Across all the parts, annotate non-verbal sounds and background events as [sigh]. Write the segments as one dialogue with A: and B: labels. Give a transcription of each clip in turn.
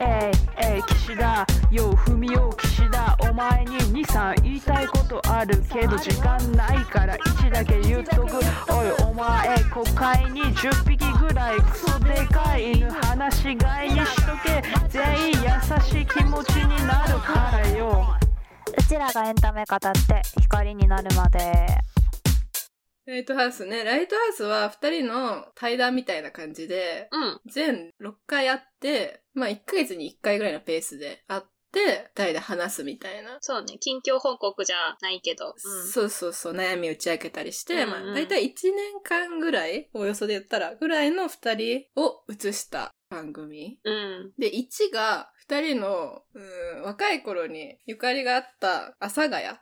A: えいえい岸田よう踏みよう岸田お前に23言いたいことあるけど時間ないから1だけ言っとくおいお前国会に10匹ぐらいクソでかい犬話しがいにしとけ全員優しい気持ちになるからよ
B: うちらがエンタメ語って光になるまで
C: ライトハウスね。ライトハウスは二人の対談みたいな感じで、
D: うん。
C: 全6回あって、まあ1ヶ月に1回ぐらいのペースであって、二人で話すみたいな。
D: そうね。近況報告じゃないけど。う
C: そうそうそう、悩み打ち明けたりして、
D: うん
C: まあ
D: うん
C: 大体1年間ぐらい、およそで言ったら、ぐらいの二人を映した番組。
D: ん。うん。
C: で、1が、二人の、うん、若い頃にゆかりがあった阿佐ヶ谷
D: はい。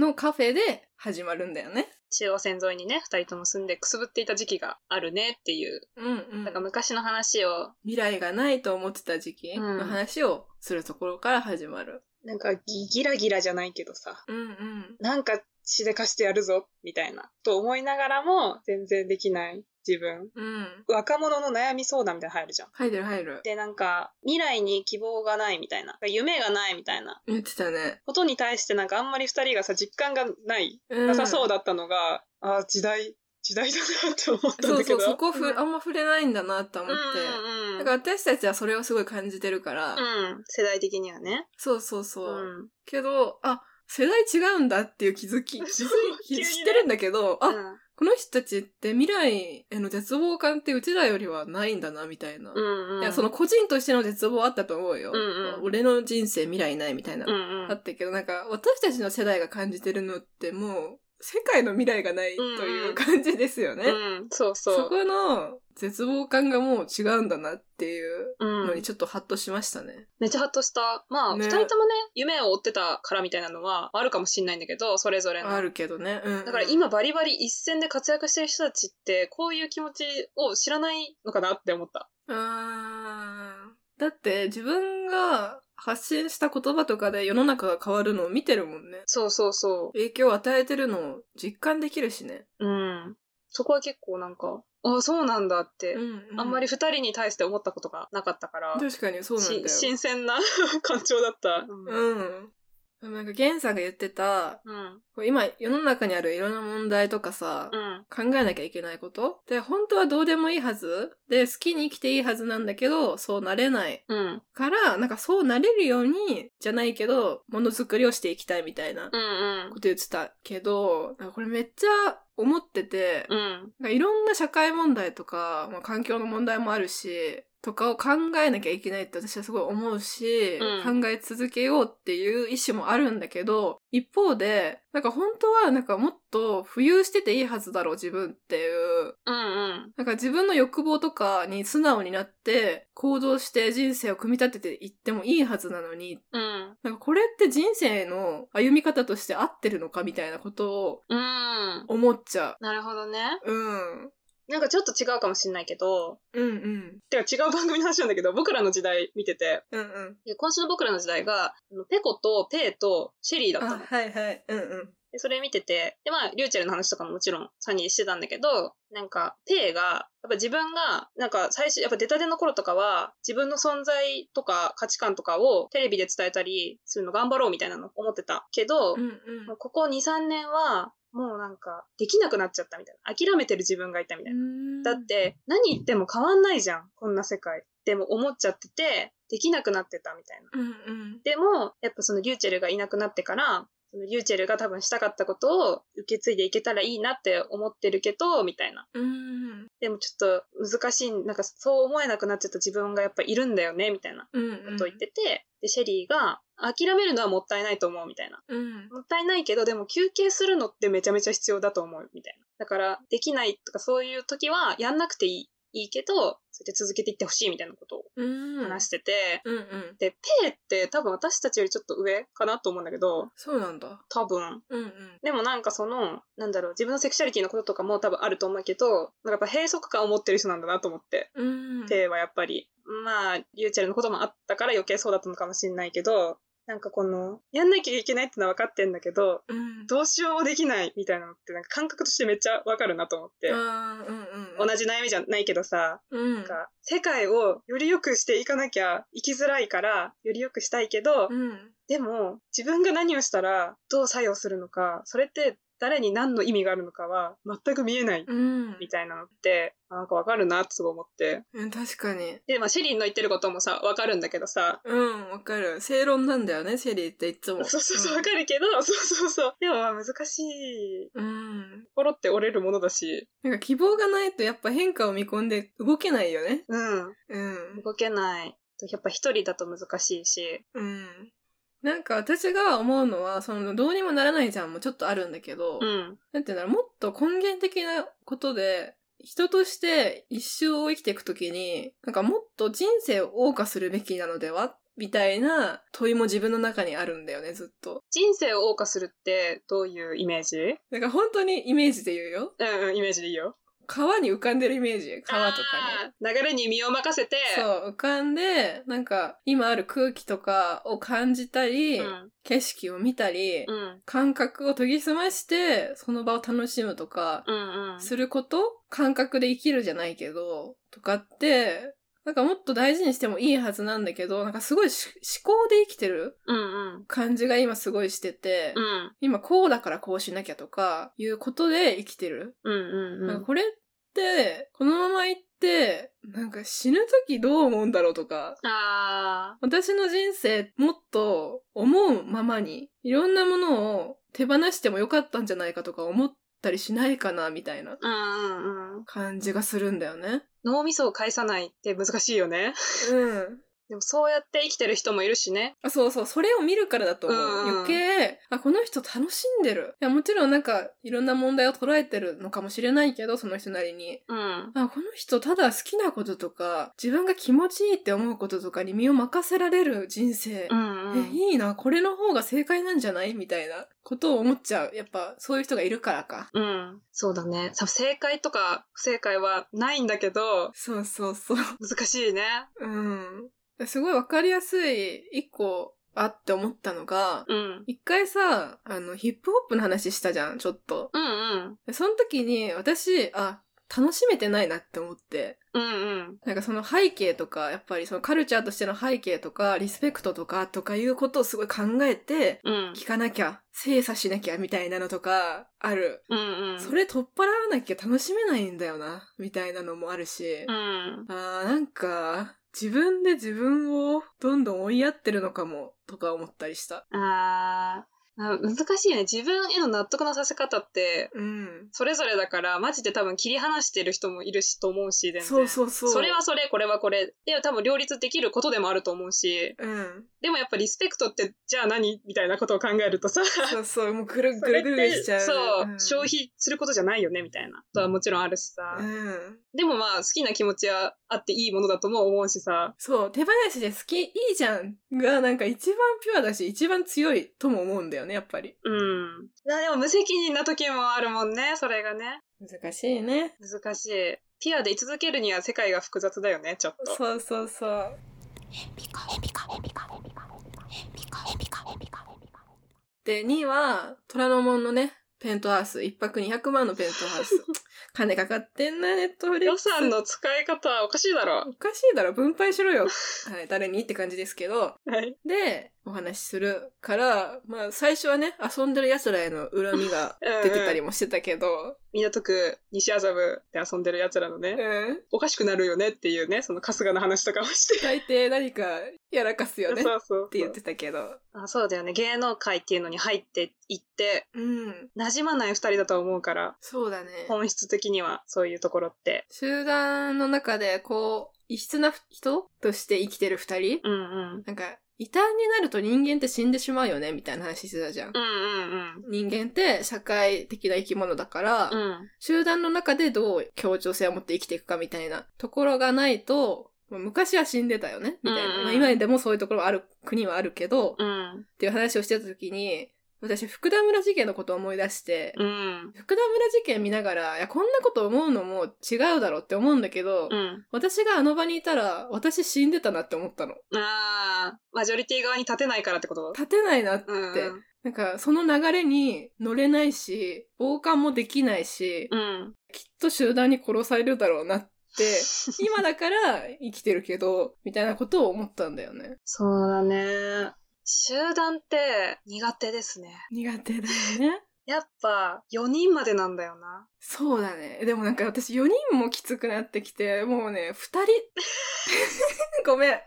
C: のカフェで始まるんだよね。
D: 中央線沿いにね、二人とも住んでくすぶっていた時期があるねっていう。
C: うんうん
D: なんか昔の話を、
C: 未来がないと思ってた時期の話をするところから始まる。
D: なんかギギラギラじゃないけどさ、
C: うんうん。
D: なんかしでかしてやるぞ、みたいな。と思いながらも、全然できない自分。
C: うん。
D: 若者の悩み相談みたいなの入るじゃん。
C: 入る入る。
D: で、なんか、未来に希望がないみたいな。夢がないみたいな。
C: 言ってたね。
D: ことに対してなんかあんまり二人がさ、実感がない、
C: うん
D: なさそうだったのが、あー時代、時代だなって思ったん
C: そう
D: だけ
C: そ
D: ど。
C: う、そこふ、
D: うん
C: あんま触れないんだなって思っ
D: う
C: て。
D: んうんう
C: だ
D: ん
C: から私たちはそれをすごい感じてるから。
D: うん、世代的にはね。
C: そうそうそう。
D: うん。
C: けど、あ、世代違うんだっていう気づき、気づ
D: [laughs] 急に
C: き、
D: ね
C: 知ってるんだけど、あ、
D: うん
C: この人たちって未来への絶望感ってうちらよりはないんだな、みたいな。
D: うんうん。
C: いや、その個人としての絶望はあったと思うよ。
D: うんうん
C: 俺の人生未来ないみたいな。
D: うんうん。
C: あったけど、なんか、私たちの世代が感じてるのってもう、世界の未来がないという感じですよね。
D: うん、そうそう。
C: そこの絶望感がもう違うんだなっていう
D: うん
C: のにちょっとハッとしましたね。
D: めっちゃハッとした。まあ、二、
C: ね
D: 人ともね、夢を追ってたからみたいなのはあるかもしんないんだけど、それぞれの。
C: あるけどね。うん、
D: だから今バリバリ一戦で活躍してる人たちって、こういう気持ちを知らないのかなって思った。
C: あーだって自分が発信した言葉とかで世の中が変わるのを見てるもんね。
D: そうそうそ
C: 影響を与えてるのを実感できるしね。
D: う。うん。そこは結構なんか、あそうなんだって、
C: うん、
D: あんまり二人に対して思ったことがなかったから、
C: 確かにそうなんだよ
D: し。新鮮な感情だった。うん。
C: うん。なんか、ゲンさんが言ってた、
D: うん。
C: こう今、世の中にあるいろんな問題とかさ、
D: うん。
C: 考えなきゃいけないことで、本当はどうでもいいはずで、好きに生きていいはずなんだけど、そうなれない。
D: うん。
C: から、なんかそうなれるように、じゃないけど、ものづくりをしていきたいみたいなこ
D: う
C: と
D: ん。
C: 言ってたけど、なんかこれめっちゃ思ってて、
D: うん。
C: なんかいろんな社会問題とか、まあ、環境の問題もあるし、とかを考えなきゃいけないって私はすごい思うし、
D: うん
C: 考え続けようっていう意思もあるんだけど、一方で、なんか本当はなんかもっと浮遊してていいはずだろう自分っていう、
D: うん。
C: なんか自分の欲望とかに素直になって、行動して人生を組み立てていってもいいはずなのに、
D: うん。
C: なんかこれって人生の歩み方として合ってるのかみたいなことを
D: うん。
C: 思っちゃ
D: なるほどね。
C: う。うん。
D: なんかちょっと違うかもしんないけど、
C: うんうん。
D: てか違う番組の話なんだけど、僕らの時代見てて、
C: うんうん。
D: で今週の僕らの時代が、あのペコとペイとシェリーだったの
C: あ、。はいはい。うんうん。
D: で、それ見てて、で、まあ、リューチェルの話とかももちろんサニーしてたんだけど、なんか、ペイが、やっぱ自分が、なんか最初、やっぱ出たての頃とかは、自分の存在とか価値観とかをテレビで伝えたりするの頑張ろうみたいなの思ってたけど、
C: うん
D: もうここ2、3年は、もうなんか、できなくなっちゃったみたいな。諦めてる自分がいたみたいな。
C: うん。
D: だっ、て、何言っても変わんないじゃん。こんな世界。でも思っちゃってて、できなくなってたみたいな。
C: うんうん。
D: でも、やっぱそのリューチェルがいなくなってから、そのリューチェルが多分したかったことを受け継いでいけたらいいなって思ってるけど、みたいな。
C: うん
D: でもちょっと難しい、なんかそう思えなくなっちゃった自分がやっぱいるんだよね、みたいなこ
C: うんうん。
D: とを言ってて、で、シェリーが、諦めるのはもったいないと思う、みたいな。
C: うん。
D: もったいないけど、でも休憩するのってめちゃめちゃ必要だと思う、みたいな。だから、できないとかそういう時はやんなくていい、いいけど、そうやって続けていってほしい、みたいなことを
C: うん。
D: 話してて、
C: うんうん。
D: で、ペイって多分私たちよりちょっと上かなと思うんだけど、
C: そうなんだ。
D: 多分。
C: うんうん。
D: でもなんかその、なんだろう、自分のセクシャリティのこととかも多分あると思うけど、なんかやっぱ閉塞感を持ってる人なんだなと思って。
C: うん。
D: ペイはやっぱり、まあ、リューチェルのこともあったから余計そうだったのかもしれないけど、なんかこの、やんなきゃいけないってのは分かってんだけど、
C: うん。
D: どうしようもできないみたいなのって、なんか感覚としてめっちゃ分かるなと思って
C: う。んうんうん。
D: 同じ悩みじゃないけどさ、
C: うん
D: なんか、世界をより良くしていかなきゃ生きづらいから、より良くしたいけど、
C: うん。
D: でも、自分が何をしたらどう作用するのか、それって誰に何の意味があるのかは全く見えない
C: うん。
D: みたいなのって、あなんかわかるなってすごい思って。
C: うん、確かに。
D: で、まあ、シェリーの言ってることもさ、わかるんだけどさ、
C: うん、わかる。正論なんだよね、シェリーっていつも。
D: そうそうそう、わかるけど、そうそうそう。でも、まあ、難しい。
C: うん。
D: 心って折れるものだし、
C: なんか希望がないとやっぱ変化を見込んで動けないよね。
D: うん。
C: うん。
D: 動けない。やっぱ一人だと難しいし、
C: うん。なんか私が思うのは、そのどうにもならないじゃんもちょっとあるんだけど、
D: うん。
C: なんていうんだろう、もっと根源的なことで、人として一生を生きていくときに、なんかもっと人生を謳歌するべきなのではみたいな問いも自分の中にあるんだよね、ずっと。
D: 人生を謳歌するってどういうイメージ
C: なんか本当にイメージで言うよ。
D: うんうん、イメージでいいよ。
C: 川に浮かんでるイメージ。川とかね。
D: あー流れに身を任せて、
C: そう、浮かんで、なんか、今ある空気とかを感じたり、
D: うん。
C: 景色を見たり、
D: うん。
C: 感覚を研ぎ澄まして、その場を楽しむとか、
D: うんうん。
C: すること感覚で生きるじゃないけど、とかって、なんかもっと大事にしてもいいはずなんだけど、なんかすごいし思考で生きてる
D: うんうん。
C: 感じが今すごいしてて、
D: うん。
C: 今こうだからこうしなきゃとか、いうことで生きてる
D: うんうんう
C: なん
D: ん
C: か。これって、このまま行って、なんか死ぬ時どう思うんだろうとか、
D: あ
C: 私の人生もっと思うままに、いろんなものを手放してもよかったんじゃないかとか思ったりしないかな、みたいな
D: ー。うんうんうん。
C: 感じがするんだよね。
D: 脳みそを返さないって難しいよね。 [laughs]
C: うん。
D: でもそうやって生きてる人もいるしね。
C: あそうそう、それを見るからだと思う。
D: うんうん
C: 余計、あ、この人楽しんでる。いや、もちろんなんか、いろんな問題を捉えてるのかもしれないけど、その人なりに。
D: うん。
C: あ、この人ただ好きなこととか、自分が気持ちいいって思うこととかに身を任せられる人生。
D: うんう
C: え、
D: ん。
C: いいな、これの方が正解なんじゃないみたいなことを思っちゃう。やっぱ、そういう人がいるからか。
D: うん。そうだね。さ正解とか不正解はないんだけど、
C: そうそうそう。
D: 難しいね。
C: うん。すごいわかりやすい一個あって思ったのが、
D: うん。
C: 一回さ、あの、ヒップホップの話したじゃん、ちょっと。
D: うんうん。
C: でその時に、私、あ、楽しめてないなって思って。
D: うんうん。
C: なんかその背景とか、やっぱりそのカルチャーとしての背景とか、リスペクトとか、とかいうことをすごい考えて、
D: うん。
C: 聞かなきゃ、精査しなきゃ、みたいなのとか、ある。
D: うんうん。
C: それ取っ払わなきゃ楽しめないんだよな、みたいなのもあるし。
D: うん。
C: あーなんか、自分で自分をどんどん追いやってるのかも、とか思ったりした。
D: あーあ。難しいよね。自分への納得のさせ方って、
C: うん。
D: それぞれだから、マジで多分切り離してる人もいるしと思うし、全然
C: そうそうそう。
D: それはそれ、これはこれ。で、多分両立できることでもあると思うし、 [laughs]
C: うん。
D: でもやっぱリスペクトって、じゃあ何みたいなことを考える
C: [laughs]
D: とさ、
C: そうそう、もうぐる
D: そ
C: ぐ
D: れ
C: る
D: っ
C: ぐるぐるしてちゃう。
D: そう、
C: ん
D: 消費することじゃないよね、みたいなことはもちろんあるしさ。
C: うん。
D: でもまあ、好きな気持ちはあっていいものだとも思うしさ。
C: そう、手放しで好き、いいじゃんが、なんか一番ピュアだし、一番強いとも思うんだよね、やっぱり。
D: うん。いやでも無責任な時もあるもんね、それがね。
C: 難しいね。
D: 難しい。ピアで居続けるには世界が複雑だよね、ちょっと。
C: そうそうそう。で、2位は、虎ノ門のね、ペントハウス。一泊200万のペント
D: [laughs]
C: ハウス。金かかってんな、ネットフリッ
D: 予
C: クス。
D: 算の使い方はおかしいだろ
C: お。かしいだろ、分配しろよ。はい、誰にって感じですけど。
D: はい。
C: で、お話しするから、まあ、最初はね、遊んでる奴らへの恨みが出てたりもしてたけど、
D: 港区、西麻布で遊んでる奴らのね、
C: うん。
D: おかしくなるよねっていうね、その春日の話とかもして。
C: 大抵何かやらかすよねっ
D: そうそうそう
C: て言ってたけど。
D: あ。そうだよね。芸能界っていうのに入っていって、
C: うん。
D: 馴染まない二人だと思うから、
C: そうだね。
D: 本質的にはそういうところって。
C: 集団の中で、こう、異質な人として生きてる二人、
D: うんうん。
C: なんか、異端になると人間って死んでしまうよね、みたいな話してたじゃん。
D: うんうん
C: 人間って社会的な生き物だから、
D: うん。うん。
C: 集団の中でどう協調性を持って生きていくかみたいなところがないと、まあ昔は死んでたよねみたいな。
D: うんうん
C: まあ今でもそういうところはある、国はあるけど、っ
D: うん。
C: ていう話をしてた時に、私、福田村事件のことを思い出して、
D: うん。
C: 福田村事件見ながら、いや、こんなこと思うのも違うだろうって思うんだけど、
D: うん。
C: 私があの場にいたら、私死んでたなって思ったの。
D: ああ、マジョリティ側に立てないからってこと
C: 立てないなって。
D: うん。
C: なんか、その流れに乗れないし、傍観もできないし、
D: うん。
C: きっと集団に殺されるだろうな
D: [laughs]
C: って、今だから生きてるけど、みたいなことを思ったんだよね。
D: そうだね。集団って苦手ですね。
C: 苦手だよね。
D: やっぱ4人までなんだよな。
C: そうだね。でもなんか私4人もきつくなってきて、もうね、2人。
D: [laughs]
C: ごめん、2人。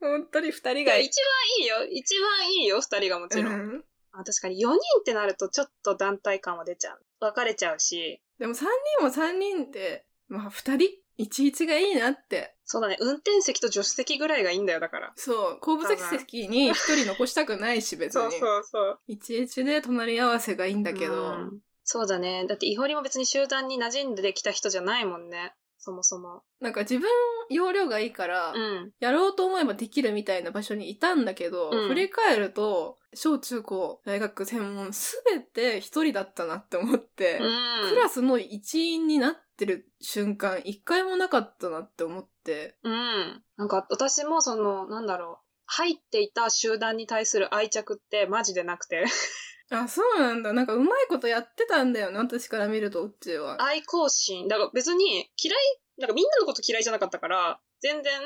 C: 本当に2人
D: い
C: が
D: や、
C: い
D: 一番いいよ。一番いいよ、2人がもちろん。
C: うん
D: あ確かに4人ってなるとちょっと団体感は出ちゃう。別れちゃうし。
C: でも3人も3人で、まあ2人、11がいいなって。
D: そうだね。運転席と助手席ぐらいがいいんだよ、だから。
C: そう、後部席に1人残したくないし、別に。
D: そうそうそう。
C: 11で隣り合わせがいいんだけど、
D: うんそうだね。だって、イホリも別に集団に馴染んできた人じゃないもんね。そもそも。
C: なんか自分容量がいいから、
D: うん。
C: やろうと思えばできるみたいな場所にいたんだけど、
D: うん
C: 振り返ると、小中高、大学、専門、すべて一人だったなって思って、
D: うん。
C: クラスの一員になってる瞬間、一回もなかったなって思って、
D: うん。なんか、私もその、なんだろう。入っていた集団に対する愛着ってマジでなくて。 [laughs]
C: あ、そうなんだ。なんかうまいことやってたんだよね、私から見ると、うちは。
D: 愛好心。だから別に嫌い、なんかみんなのこと嫌いじゃなかったから、全然、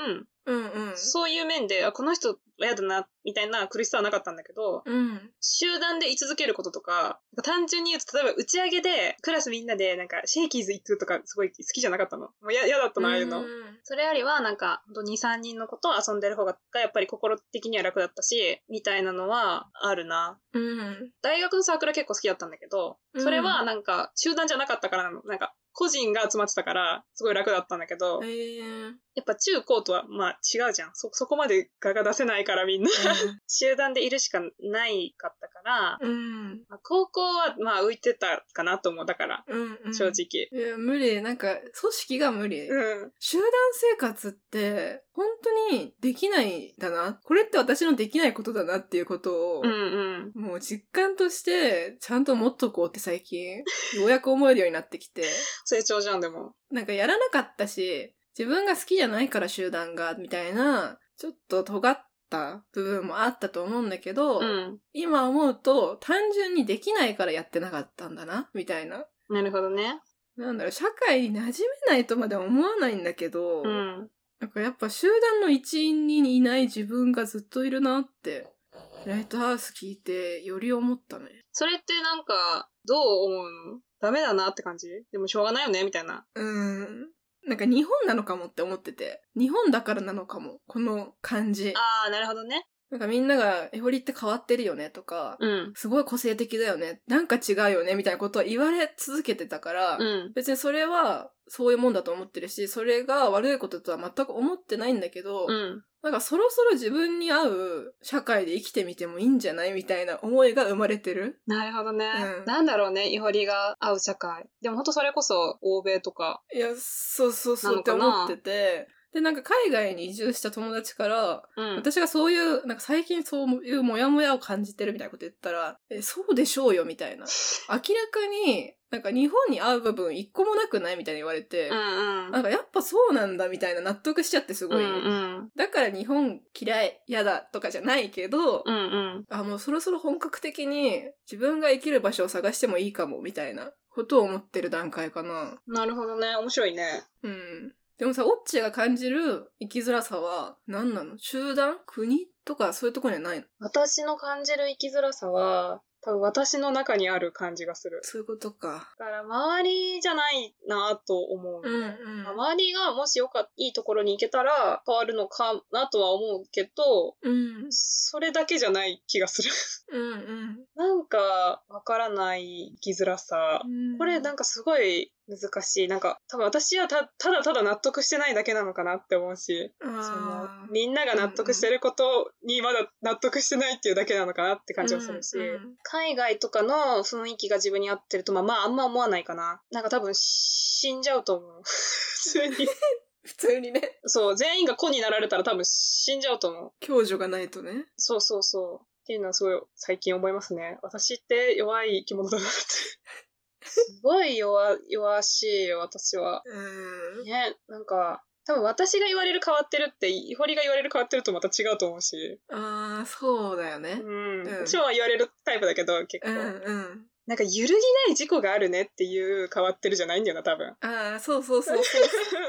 C: うんうん。
D: そういう面で、あ、この人嫌だな、みたいな苦しさはなかったんだけど、
C: うん。
D: 集団で居続けることとか、なんか単純に言うと、例えば打ち上げで、クラスみんなで、なんか、シェイキーズ行くとか、すごい好きじゃなかったの。もうや嫌だったの、ああいう
C: う
D: の
C: ん。
D: それよりは、なんか、ほんと2、3人のことを遊んでる方が、やっぱり心的には楽だったし、みたいなのはあるな。
C: うん。
D: 大学のサークルは結構好きだったんだけど、それはなんか、集団じゃなかったからなの。なんか、個人が集まってたから、すごい楽だったんだけど、
C: えー、
D: やっぱ中高とは、まあ違うじゃん。そ、そこまで画が出せないからみんな。 [laughs] 集団でいるしかないかったから、
C: うん。うん。
D: まあ高校はまあ浮いてたかなと思う。だから、
C: うん、うん。
D: 正。
C: い
D: 直。
C: や、無理。なんか、組織が無理。
D: うん。
C: 集団生活って本当にできないんだな。これって私のできないことだなっていうことを、
D: うんうん。
C: もう実感としてちゃんと持っとこうって最
D: [laughs]
C: 近、ようやく思えるようになってきて、
D: 成長じゃん、でも。
C: なんかやらなかったし、自分が好きじゃないから集団が、みたいな、ちょっと尖った部分もあったと思うんだけど、
D: うん。
C: 今思うと単純にできないからやってなかったんだな、みたいな。
D: なるほどね。
C: なんだろう、社会に馴染めないとまでは思わないんだけど、
D: うん。
C: なんかやっぱ集団の一員にいない自分がずっといるなって、ライトハウス聞いてより思ったね。
D: それってなんか、どう思うのダメだなって感じでもしょうがないよねみたいな。
C: うん。なんか日本なのかもって思ってて。日本だからなのかも。この感じ。
D: ああ、なるほどね。
C: なんかみんなが、エホリって変わってるよねとか、
D: うん。
C: すごい個性的だよね。なんか違うよねみたいなことは言われ続けてたから、
D: うん。
C: 別にそれはそういうもんだと思ってるし、それが悪いこととは全く思ってないんだけど、
D: うん。
C: なんかそろそろ自分に合う社会で生きてみてもいいんじゃないみたいな思いが生まれてる。
D: なるほどね。
C: うん
D: なんだろうね、イホリが合う社会。でも本当それこそ、欧米とか。
C: いや、そうそうそうって
D: なのかな
C: 思ってて。で、なんか海外に移住した友達から、
D: うん。
C: 私がそういう、なんか最近そういうモヤモヤを感じてるみたいなこと言ったら、え、そうでしょうよみたい
D: [laughs]
C: な。明らかに、なんか日本に合う部分一個もなくないみたいに言われて、
D: うんうん。
C: なんかやっぱそうなんだみたいな納得しちゃってす
D: う
C: ご
D: ん
C: い。
D: うん。
C: だから日本嫌い、嫌だとかじゃないけど、
D: うんうん。
C: あ、もうそろそろ本格的に自分が生きる場所を探してもいいかも、みたいなことを思ってる段階かな。
D: なるほどね。面白いね。
C: うん。でもさ、オッチーが感じる生きづらさは何なの集団国とかそういうとこにはないの
D: 私の感じる生きづらさは、多分私の中にある感じがする。
C: そういうことか。
D: だから、周りじゃないなと思う。
C: うんうん。
D: 周りがもしよかった、いいところに行けたら変わるのかなとは思うけど、
C: うん。
D: それだけじゃない気がする。 [laughs]
C: うん
D: なんか、わからない生きづらさ
C: う。ん。
D: これなん
C: か、
D: かすごい難しい。なんか多分私はたただただ納得してないだけなのかなって思うし、その
C: あー
D: みんなが納得してることにまだ納得してないっていうだけなのかなって感じがするし、
C: うんうん
D: 海外とかの雰囲気が自分に合ってるとまあまああんま思わないかな。なんか多分死んじゃうと思う。普通 [laughs] に。
C: 普通にね、
D: そう、全員が子になられたら多分死んじゃうと思う。
C: 共助がないとね。
D: そうそうそう。っていうのはすごい最近思いますね。私って弱い生き物だなって。すごい弱、弱しいよ、私は。
C: うん。
D: ね、なんか、多分私が言われる変わってるって、い堀が言われる変わってるとまた違うと思うし。
C: ああ、そうだよね
D: う。ん。
C: うん
D: 私は言われるタイプだけど、結構。
C: うん、うん。
D: なんか揺るぎない事故があるねっていう変わってるじゃないんだよな、 [laughs] 多分。
C: ああ、そうそうそうそ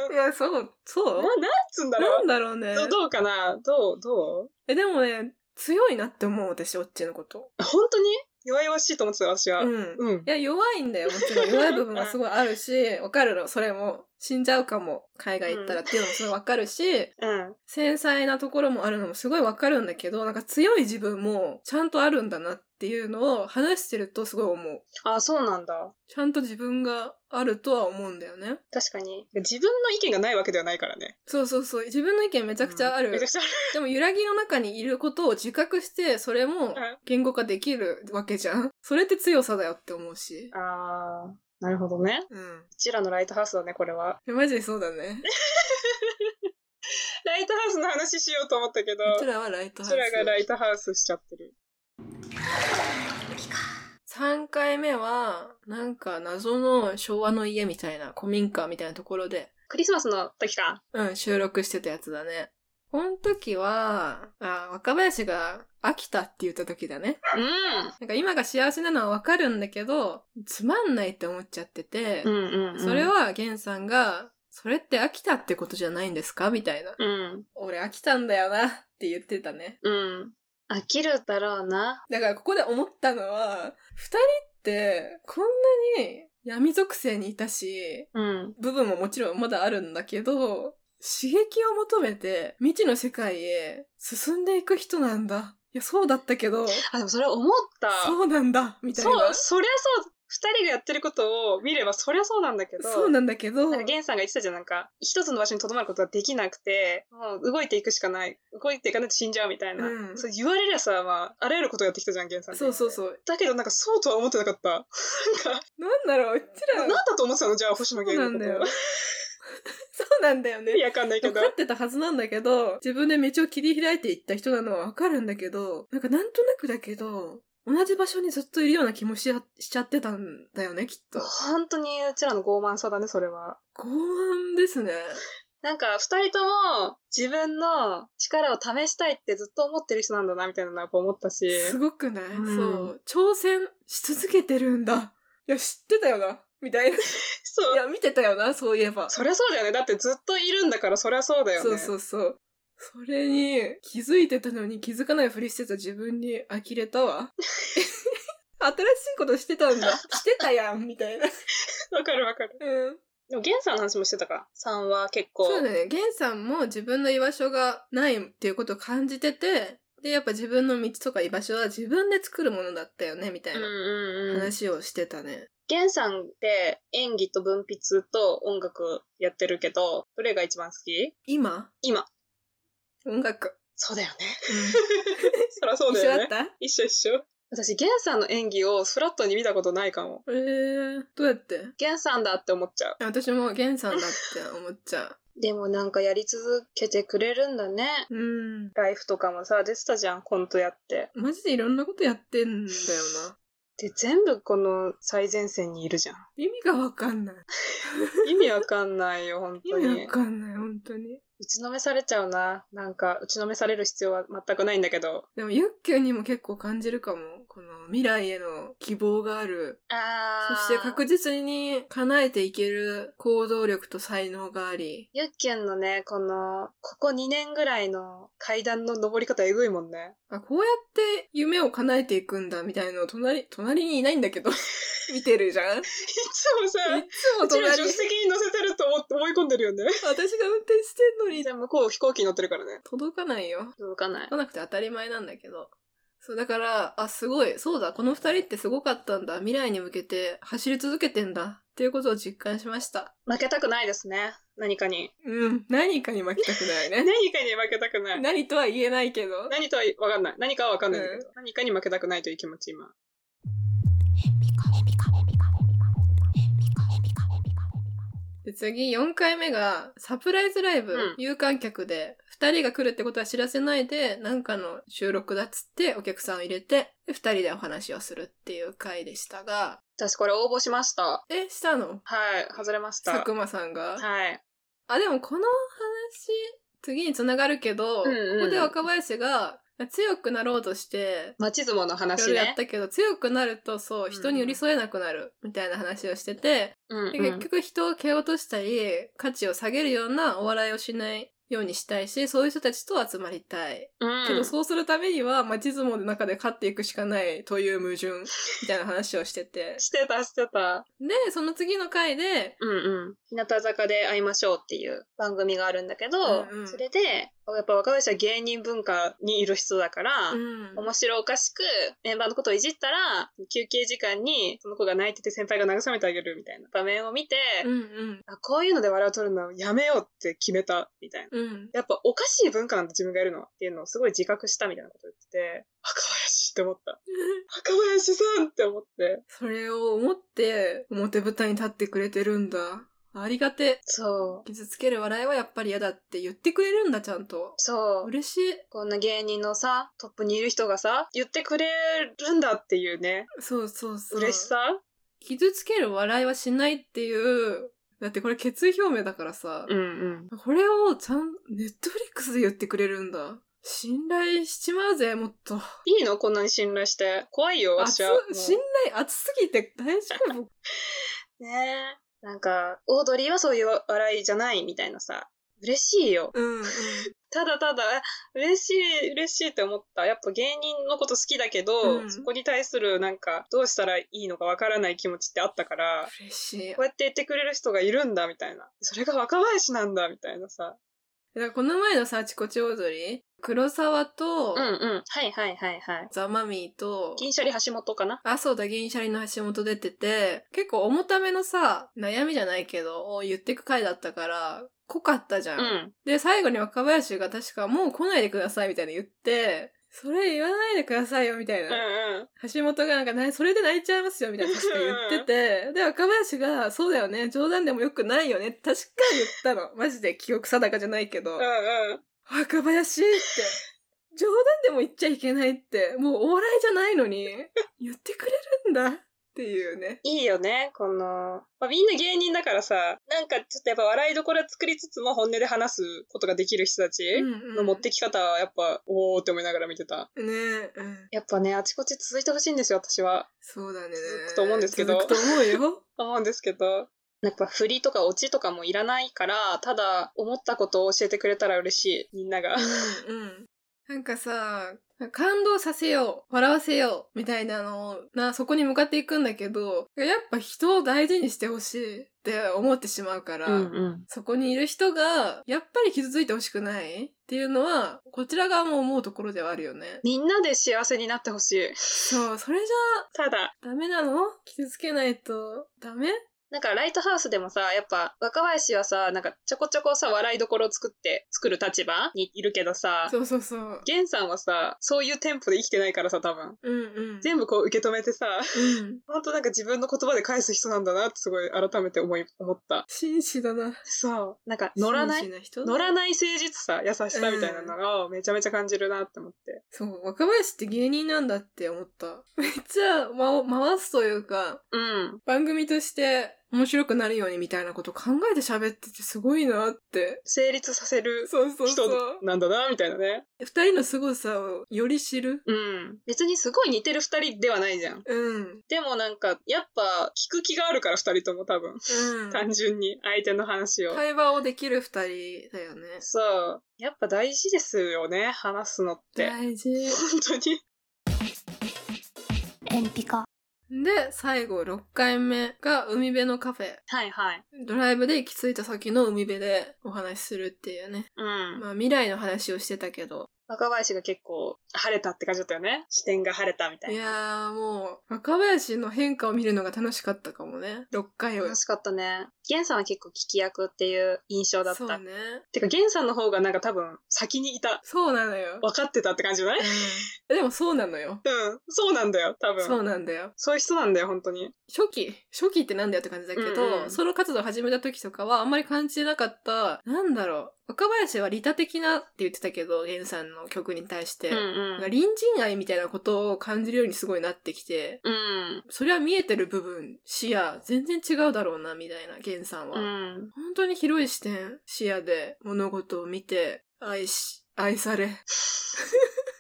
C: う。
D: [laughs]
C: いや、そう、
D: な
C: そう
D: なんつうんだろ
C: な
D: うん
C: だろうね。
D: どどうかなどうどう
C: え、でもね、強いなって思う、私、オッチーのこと。
D: 本当に弱々しいと思ってた、私は。。
C: うんん。
D: うん
C: い。や、弱いんだよ、もちろん。弱い部分はすごいあるし、わかるの、それも。死んじゃうかも、海外行ったらっていうのもすごいわかるし、
D: うん。
C: 繊細なところもあるのもすごいわかるんだけど、なんか強い自分もちゃんとあるんだなっていうのを話してるとすごい思う。
D: あ、そうなんだ。
C: ちゃんと自分があるとは思うんだよね。
D: 確かに。自分の意見がないわけではないからね。
C: そうそうそう。自分の意見めちゃくちゃある。
D: めちゃくちゃある。
C: でも揺らぎの中にいることを自覚して、それも言語化できるわけじゃん。それって強さだよって思うし。
D: あー、なるほどね。
C: うん。
D: うちらのライトハウスだね、これは。
C: いやマジでそうだね。
D: ライトハウスの話しようと思ったけど、
C: うち
D: う
C: らはライトハウ
D: ち
C: ス。
D: らがライトハウスしちゃってる。
C: 3回目は、なんか謎の昭和の家みたいな、古民家みたいなところで、
D: クリスマスの時か。
C: うん、収録してたやつだね。この時は、あ、若林が飽きたって言った時だね。
D: う
C: なんか今が幸せなのはわかるんだけど、つまんないって思っちゃってて、
D: ん。うんうん。
C: それ、は源さんが、それって飽きたってことじゃないんですかみたいな。
D: うん。
C: 俺飽きたんだよなって言ってたね。
D: うん。飽きるだろうな。
C: だからここで思ったのは、二人ってこんなに闇属性にいたし、
D: うん。
C: 部分ももちろんまだあるんだけど、刺激を求めて未知の世界へ進んでいく人なんだ。いや、そうだったけど、
D: あ、でもそれ思った。
C: そうなんだみたいな。
D: そう、そりゃそう、二人がやってることを見ればそりゃそうなんだけど。
C: そうなんだけど、
D: なんかゲンさんが言ってたじゃん、なんか、一つの場所に留まることはできなくて、もう動いていくしかない。動いていかないと死んじゃうみたいな。
C: うん
D: そう言われりゃさ、まあ、あらゆることやってきたじゃん、ゲンさんって
C: そうそうそう。
D: だけどなんかそうとは思ってなかった。なんか、
C: なんだろう、うちら、
D: なんだと思ってたのじゃあ、星野
C: そう
D: 源
C: な
D: の
C: んだよ
D: こと。。
C: そうなんだよね
D: い。や、わかんないけ
C: 分
D: ど。
C: かってたはずなんだけど、自分で道を切り開いていった人なのは分かるんだけど、なんかなんとなくだけど、同じ場所にずっといるような気もしやしちゃってたんだよね、きっと。
D: 本当にうちらの傲慢さだね、それは。
C: 傲慢ですね。
D: なんか、二人とも自分の力を試したいってずっと思ってる人なんだな、みたいなのはやっぱ思ったし。
C: すごくない、
D: うん
C: そう。挑戦し続けてるんだ。いや、知ってたよな。みたい
D: [laughs]
C: な。い
D: そう。
C: や、見てたよな、そういえば。
D: そりゃそうだよね。だってずっといるんだから、そりゃそうだよね。
C: そうそうそう。それに、気づいてたのに気づかないふりしてた自分に呆れた
D: [laughs]
C: わ。新しいことしてたんだ。してたやん、みたいな。
D: わかるわかる。
C: うん。
D: でも、ゲンさんの話もしてたか。さんは結構。
C: そうだね。ゲンさんも自分の居場所がないっていうことを感じてて、で、やっぱ自分の道とか居場所は自分で作るものだったよね、みたい
D: うん
C: な
D: うんうん。
C: 話をしてたね。
D: ゲンさんって演技と文筆と音楽やってるけど、どれが一番好き
C: 今
D: 今。
C: 音楽。
D: そうだよね。
C: う、
D: そり [laughs] ゃそうんだ
C: 一緒だ
D: よ
C: っ
D: ね。
C: た
D: 一緒一緒。私、ゲンさんの演技をフラットに見たことないかも。
C: えー、どうやって
D: ゲンさんだって思っちゃう。
C: 私もゲンさんだって思っちゃ
D: でもなんかやり続けてくれるんだね。
C: う。うん。
D: ライフとかもさ、出てたじゃん、コントやって。
C: マジでいろんなことやってんだよな。
D: で、全部この最前線にいるじゃん。
C: 意味がわかんない。
D: 意味わかんないよ、本
C: 意
D: [laughs] 当に。
C: 味わかんない、本当に。
D: 打ちのめされちゃうな。なんか、打ちのめされる必要は全くないんだけど。
C: でも、ユッキュにも結構感じるかも。この未来への希望がある
D: あ
C: そして確
D: 実。
C: 実に叶えていける行動力と才能があり、
D: ゆっきゅんのね、この、ここ2年ぐらいの階段の登り方えぐいもんね。
C: あこうやって夢を叶えていくんだみたいのを隣、隣にいないんだけど、 [laughs] 見てるじゃんい
D: いつもさ、
C: つも
D: うちら
C: 隣、
D: 助手
C: 私
D: 席に乗せてると思って思い込んでるよね。
C: が運転してんのに
D: じ、ゃあ向こう飛行機に乗ってるからね。
C: 届かないよ。
D: 届かな
C: 届。
D: い
C: かなくて当たり前なんだけど。そう、だから、あ、すごい、そうだ、この二人ってすごかったんだ、未来に向けて走り続けてんだ、っていうことを実感しました。
D: 負けたくないですね。何かに。
C: うん、何かに負けたくないね。
D: [laughs] 何かに負けたくない。
C: 何とは言えないけど。
D: 何とは分かんない。何かは分かんないんだけど、
C: う
D: 何かに負けたくないという気持ち今。
C: で次、4回目が、サプライズライブ、
D: うん
C: 有観客で、2人が来るってことは知らせないで、なんかの収録だっつって、お客さんを入れて、で2人でお話をするっていう回でしたが、
D: 私これ応募しました。
C: え、したの
D: はい、外れました。
C: 佐
D: は
C: 久間さんが。
D: い。
C: あ、でもこの話、次に繋がるけど、
D: うんうん
C: ここで若林が、強くなろうとして、
D: 町相撲の
C: いろ
D: 話
C: いろや
D: ね
C: っ。たけど、強くなると、そう、人に寄り添えなくなる、みたいな話をしてて、
D: うん、
C: で結局人を蹴落としたり、価値を下げるようなお笑いをしないようにしたいし、そういう人たちと集まりたい。
D: うん、。
C: けどそうするためには、まあ、相撲の中で勝っていくしかないという矛盾、みたいな話をしてて
D: してた、してた。
C: で、その次の回で、
D: うんうん。日向坂で会いましょうっていう番組があるんだけど、
C: うんうん
D: それで、やっぱ若林は芸人文化にいる人だから、
C: うん
D: 面白おかしくメンバーのことをいじったら、休憩時間にその子が泣いてて先輩が慰めてあげるみたいな場面を見て、
C: うんうん。
D: あこういうので笑いを取るのはやめようって決めたみたいな。
C: うん。
D: やっぱおかしい文化なんだ自分がやるのはっていうのをすごい自覚したみたいなこと言ってて、若林って思 [laughs] った。若林さんって思って。
C: それを思って、表舞台に立ってくれてるんだ。ありがて。
D: そう。
C: 傷つける笑いはやっぱり嫌だって言ってくれるんだ、ちゃんと。
D: そう。
C: 嬉しい。
D: こんな芸人のさ、トップにいる人がさ、言ってくれるんだっていうね、
C: そうそうそう。
D: 嬉しさ。
C: 傷つける笑いはしないっていう、だってこれ決意表明だからさ、
D: んうん。
C: これをちゃん、ネットフリックスで言ってくれるんだ。信頼しちまうぜ、もっと。
D: いいのこんなに信頼して。怖いよ、私
C: 熱
D: は。もう、
C: 信頼熱すぎて大丈
D: [laughs]
C: 夫
D: ねえ。なんか、オードリーはそういう笑いじゃないみたいなさ、嬉しいよ。
C: うん、うん。
D: ただただ、え嬉しい、嬉しいって思った。やっぱ芸人のこと好きだけど、
C: うん
D: そこに対するなんか、どうしたらいいのかわからない気持ちってあったから、
C: 嬉しい。だ
D: こ
C: か
D: うやって言ってくれる人がいるんだ、みたいな。それが若林なんだ、みたいなさ。
C: らこの前のさ、チコチ踊り、黒沢と、
D: うん。はいはいはいはい。
C: ザ・マミーと、
D: 銀シャリ橋本かな
C: あ、そうだ、銀シャリの橋本出てて、結構重ためのさ、悩みじゃないけど、を言ってく回だったから、濃かったじゃ
D: うん。
C: で、最後に若林が確かもう来ないでくださいみたいな言って、それ言わないでくださいよみたいな。
D: うん
C: 橋本がなんかな、それで泣いちゃいますよみたいな確か言ってて、で、若林が、そうだよね、冗談でもよくないよねって確か言ったの。マジで記憶定かじゃないけど
D: うん。う、んうん。
C: 若林って、冗談でも言っちゃいけないって、もうお笑いじゃないのに、言ってくれるんだっていうね。
D: いいよね、この、まあ、みんな芸人だからさ、なんかちょっとやっぱ笑いどころは作りつつも本音で話すことができる人たち
C: うんう
D: の
C: ん
D: 持ってき方はやっぱ、おーって思いながら見てた。
C: ねえ、うん。
D: やっぱね、あちこち続いてほしいんですよ、私は。
C: そうだね。
D: 続くと思うんですけど
C: 続くと思うよ。
D: 思うんですけど。やっぱ振りとかオチとかもいらないから、ただ思ったことを教えてくれたら嬉しい、みんなが。
C: うんうん。なんかさ、感動させよう、笑わせよう、みたいなのな、そこに向かっていくんだけど、やっぱ人を大事にしてほしいって思ってしまうから、
D: ん。
C: そこにいる人が、やっぱり傷ついてほしくないっていうのは、こちら側も思うところではあるよ
D: [laughs]
C: ね。
D: みんなで幸せになってほしい。
C: そう、それじ
D: ただ、
C: ゃダメなの傷つけないとダメ
D: なんかライトハウスでもさ、やっぱ若林はさ、なんかちょこちょこさ、笑いどころを作って、作る立場にいるけどさ、
C: そうそうそう。
D: 源さんはさ、そういうテンポで生きてないからさ、多分。
C: うんうん。
D: 全部こう受け止めてさ、
C: うん。
D: ほんとなんか自分の言葉で返す人なんだなってすごい改めて思い、思った。
C: 紳士だな。
D: そう。なんか乗らない
C: 紳士人だ
D: 乗らない誠実さ、優しさみたいなのがめちゃめちゃ感じるなって思って。
C: そう、若林って芸人なんだって思った。 [laughs] めっちゃ、ま、回すというか、
D: うん。
C: 番組として面白くなるようにみたいなこと考えて喋っててすごいなって。
D: 成立させる
C: そうそうそ
D: 人
C: う。
D: なんだな、みたいなね。
C: 二人の凄さをより知る。
D: うん。別にすごい似てる二人ではないじゃん。
C: うん。うん。
D: でもなんか、やっぱ聞く気があるから二人とも多分。単純に相手の話を。
C: 会話をできる二人だよね。
D: そう。やっぱ大事ですよね、話すのって。本
C: 大事。
D: 当に。
B: エンピカ
C: で、最後6回目が海辺のカフェ。
D: はいはい。
C: ドライブで行き着いた先の海辺でお話しするっていうね。
D: うん。
C: まあ未来の話をしてたけど、
D: 若林が結構晴れたって感じだったよね。視点が晴れたみた
C: い
D: いな。
C: やーもう、若林の変化を見るのが楽しかったかもね。6回を。
D: 楽しかったね。源さんは結構聞き役っていう印象だっ
C: そう
D: た。
C: ね。
D: てか、源さんの方がなんか多分先にいた。
C: そうなのよ。
D: 分かってたって感じじゃない
C: でもそうなのよ。
D: うん。そうなんだよ、多分。
C: そうなんだよ。
D: そういう人なんだよ、本当に。
C: 初期、初期ってなんだよって感じだけど、
D: うんうん
C: ソロ活動始めた時とかはあんまり感じてなかった、なんだろう。若林は利他的なって言ってたけど、源さんの曲に対して。
D: うん
C: なん
D: う
C: か
D: ん。
C: 隣人愛みたいなことを感じるようにすごいなってきて、
D: うん。
C: それは見えてる部分、視野、全然違うだろうな、みたいな、源さんは。
D: うん。
C: 本当に広い視点、視野で物事を見て、愛し、愛され。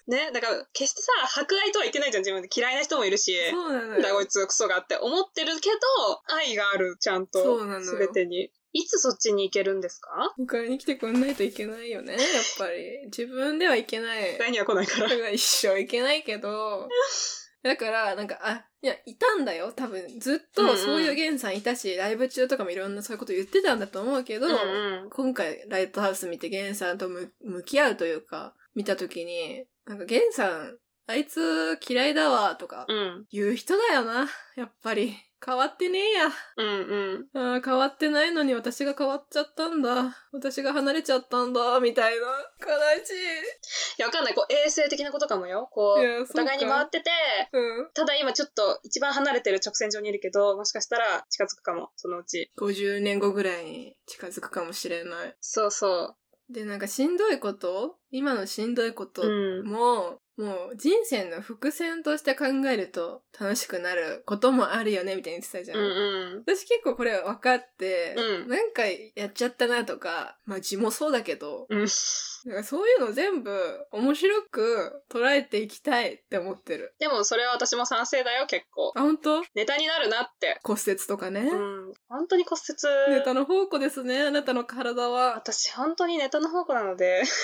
D: ね、だから、決してさ、博愛とは言ってないじゃん、自分で。嫌いな人もいるし。
C: そうなの
D: なんだこ
C: よ
D: い。つクソがあって思ってるけど、愛がある、ちゃん
C: そ
D: と
C: うな。のよ
D: すべてに。いつそっちに行けるんですか
C: 迎えに来てくんないといけないよね、やっぱり。自分ではいけ
D: [laughs]
C: ない。
D: 迎えには来ないから。
C: だから一生いけないけど、だから、なんか、あ、いや、いたんだよ、多分。ずっ
D: うんう
C: と、
D: ん
C: そういうゲンさんいたし、ライブ中とかもいろんなそういうこと言ってたんだと思うけど、
D: うん
C: 今回、ライトハウス見てゲンさんとむ向き合うというか、見たときに、なんかゲンさん、あいつ嫌いだわ、とか
D: う、ん。
C: 言う人だよな、やっぱり。変わってねえや。
D: うんうん。
C: あー変わってないのに私が変わっちゃったんだ。私が離れちゃったんだ、みたいな。悲しい。
D: いや、わかんない。こう、衛生的なことかもよ。こ、
C: いうや
D: お互いに回ってて、
C: うん。
D: ただ今ちょっと一番離れてる直線上にいるけど、もしかしたら近づくかも、そのうち。
C: 50年後ぐらいに近づくかもしれない。
D: そうそ
C: で、なんかしんどいこと今のしんどいこと
D: う。うん。
C: も、もう人生の伏線として考えると楽しくなることもあるよね、みたいに言ってたじゃ。
D: うんん
C: 私結構これ分かって、
D: うん
C: なんかやっちゃったなとか、まあ字もそうだけど、
D: うん。うん。
C: なんかそういうの全部面白く捉えていきたいって思ってる。
D: でもそれは私も賛成だよ、結構。
C: あ、本当
D: ネタになるなって。
C: 骨折とかね
D: う。ん。本当に骨
C: ネ
D: 折。
C: タの宝庫ですね、あなたの体は。
D: 私本当にネタの方向なので。 [laughs]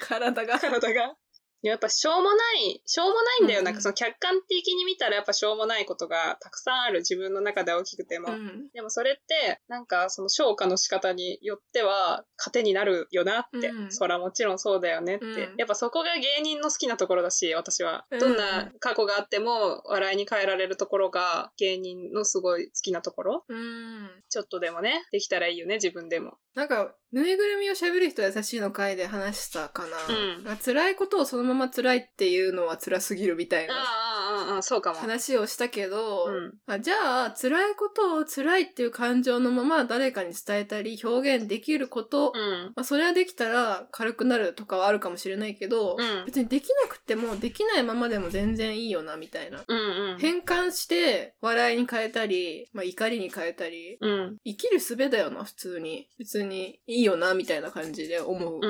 C: 体が。
D: 体が。やっぱしょうもない、しょうもないんだよ。
C: うん
D: なんかその客観的に見たらやっぱしょうもないことがたくさんある自分の中で大きくても。
C: うん。
D: でもそれって、なんかその消化の仕方によっては糧になるよなって、
C: うん
D: そらもちろんそうだよねって、
C: うん
D: やっぱそこが芸人の好きなところだし、私は。
C: うん
D: どんな過去があっても笑いに変えられるところが芸人のすごい好きなところ。
C: うん。
D: ちょっとでもね、できたらいいよね、自分でも。
C: なんか、ぬいぐるみを喋る人優しいの回で話したかな。
D: うん
C: なんか辛いことをそのまま辛いっていうのは辛すぎるみたい
D: あ
C: な
D: あ、ああ、ああ、そうかも。
C: 話をしたけど、
D: うん。
C: あじゃあ、辛いことを辛いっていう感情のまま誰かに伝えたり表現できること、
D: うん。
C: まあ、それはできたら軽くなるとかはあるかもしれないけど、
D: うん
C: 別にできなくてもできないままでも全然いいよな、みたいな。
D: うんうん。
C: 変換して笑いに変えたり、まあ、怒りに変えたり、
D: うん。
C: 生きる術だよな、普通に。別にいいよな、みたいな感じで思う。
D: うんう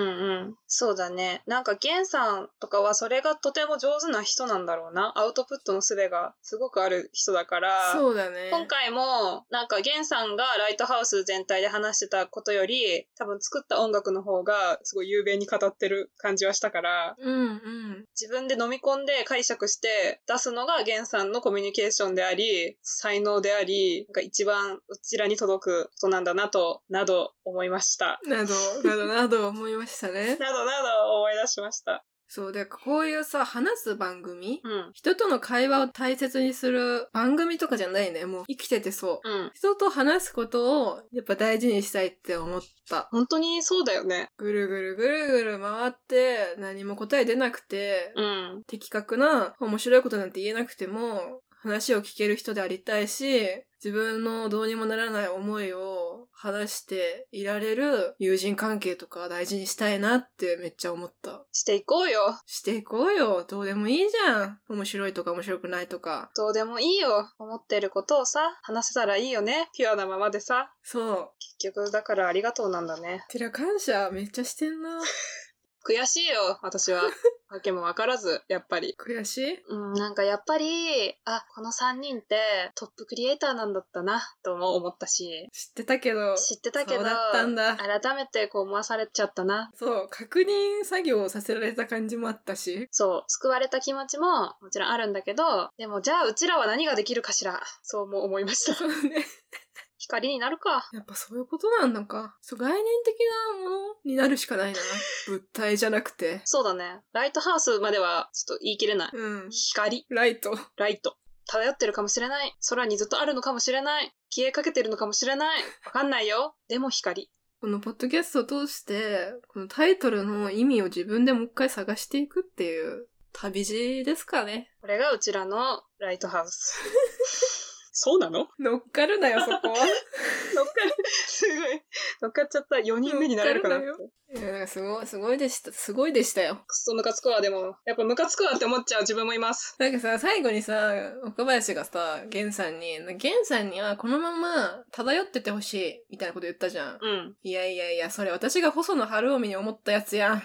D: ん、そうだね。なんか、ゲンさんとかはそれがとても上手な人なんだろうな。アウトプットの術がすごくある人だから。
C: そうだね。
D: 今回も、なんか、ゲンさんがライトハウス全体で話してたことより、多分作った音楽の方がすごい雄弁に語ってる感じはしたから、
C: うんうん。
D: 自分で飲み込んで解釈して出すのがゲンさんのコミュニケーションであり、才能であり、なんか一番うちらに届くことなんだなと、など思いました。
C: など、など、など思いました
D: [laughs]
C: ね。
D: などなど思い出しました。
C: そう、で、こういうさ、話す番組
D: うん。
C: 人との会話を大切にする番組とかじゃないね。もう生きててそう。
D: うん。
C: 人と話すことをやっぱ大事にしたいって思った。
D: 本当にそうだよね。
C: ぐるぐるぐるぐる回って何も答え出なくて、
D: うん。
C: 的確な面白いことなんて言えなくても話を聞ける人でありたいし自分のどうにもならない思いを話していられる友人関係とか大事にしたいなってめっちゃ思った。
D: していこうよ。
C: していこうよ。どうでもいいじゃん。面白いとか面白くないとか。
D: どうでもいいよ。思ってることをさ、話せたらいいよね。ピュアなままでさ。
C: そう。
D: 結局、だからありがとうなんだね。
C: てら感謝めっちゃしてんな。
D: 悔しいよ、私 [laughs] は。わけもわからず、やっぱり。
C: 悔しい
D: うん、なんかやっぱり、あ、この3人ってトップクリエイターなんだったな、とも思ったし。
C: 知ってたけど。
D: 知ってた
C: そ
D: けど、
C: うだったんだ
D: 改めてこう思わされちゃったな。
C: そう。確認作業をさせられた感じもあった [laughs] し。
D: そう、救われた気持ちももちろんあるんだけど、でもじゃあうちらは何ができるかしら、そうも思いました。 [laughs]
C: そうね。
D: 光になるか。
C: やっぱそういうことなんだか。そう、概念的なものになるしかない [laughs] な。物体じゃなくて。
D: そうだね。ライトハウスまではちょっと言い切れない。
C: うん。
D: [laughs] 光、
C: ライト。
D: ライト。漂ってるかもしれない。空にずっとあるのかもしれない。消えかけてるのかもしれない。わかんないよ。でも光。
C: このポッドキャストを通して、このタイトルの意味を自分でもう一回探していくっていう旅路ですかね。
D: これがうちらのライトハウス。 [laughs] そうなの乗
C: 乗
D: っ
C: っかるなよ、そこは。
D: かる。すごい。乗っかっちゃった。4人目になれるかな
C: 乗っ。か [laughs] いや、なんかすごい、すごいでした、すごいでしたよ。
D: クソムカつくわ、でも。やっぱムカつくわって思っちゃう自分もいます。
C: なんかさ、最後にさ、岡林がさ、源さんに、源さんにはこのまま漂っててほしい、みたいなこと言ったじゃん。
D: [laughs] うん。
C: いやいやいや、それ私が細野晴臣に思ったやつや [laughs] ん。
D: わかん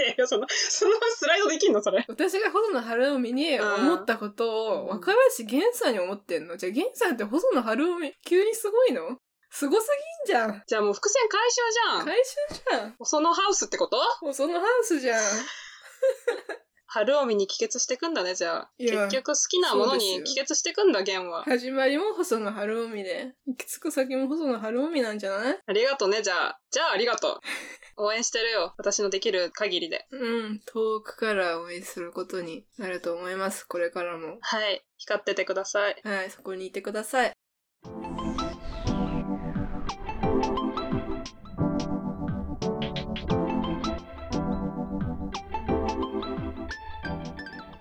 D: ねえよ、その、そのスライドできんの、それ。
C: 私が細野晴臣に思ったことを、
D: うん
C: 若林源さんに思ってんのじゃあ源さんって細野晴臣、急にすごいのすごすぎんじゃん。
D: じゃあもう伏線回収じゃん。
C: 回収じゃん。
D: そのハウスってこと
C: 細野ハウス [laughs] じゃん。
D: 春帯に帰結してくんだね、じゃあ。
C: いや
D: 結局好きなもの
C: そう
D: に
C: です
D: 帰
C: よ
D: 結してくんだ、弦は。
C: 始まりも細野晴臣で、行き着く先も細野晴臣なんじゃない
D: ありがとうね、じゃあ。じゃあありがとう。応援してるよ。私のできる限りで。
C: うん、遠くから応援することになると思います、これからも。
D: はい。光っててください。
C: はい、そこにいてください。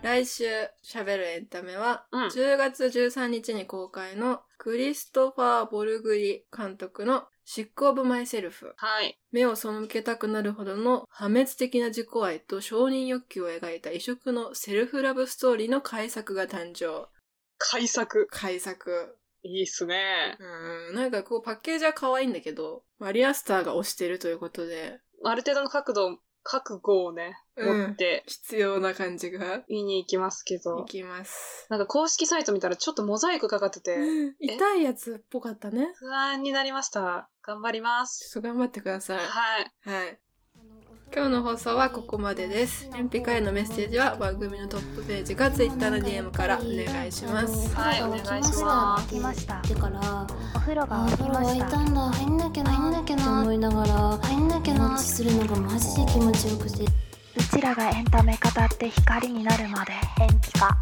C: 来週喋るエンタメは、
D: うん
C: 10月13日に公開のクリストファー・ボルグリ監督のシック・オブ・マイ・セルフ。
D: はい。
C: 目を背けたくなるほどの破滅的な自己愛と承認欲求を描いた異色のセルフラブストーリーの改作が誕生。
D: 改作。
C: 改作。
D: いいっすね。
C: うーん、なんかこうパッケージは可愛いんだけど、マリアスターが推してるということで、
D: ある程度の角度、覚悟をね、
C: うん
D: 持って
C: 必要な感じが
D: 見に行きますけど。
C: いきます。
D: なんか公式サイト見たらちょっとモザイクかかってて、
C: 痛いやつっぽかったね。
D: 不安になりました。頑張ります。
C: ちょっと頑張ってください。
D: はい。
C: はい。今日の放送はここまでです。天日会へのメッセージは番組のトップページか Twitter の DM からお願いします。
D: はいお願いします
B: 来ました
E: だから
B: お風呂が
E: あ
B: 沸き
E: 風呂
B: ま
E: 沸
B: し
E: い
B: た
E: たんだ入んなきゃな入んなきゃなと思いながら入んなきゃなするのがマジで気持ちよくて
B: うちらがエンタメ語って光になるまで延期か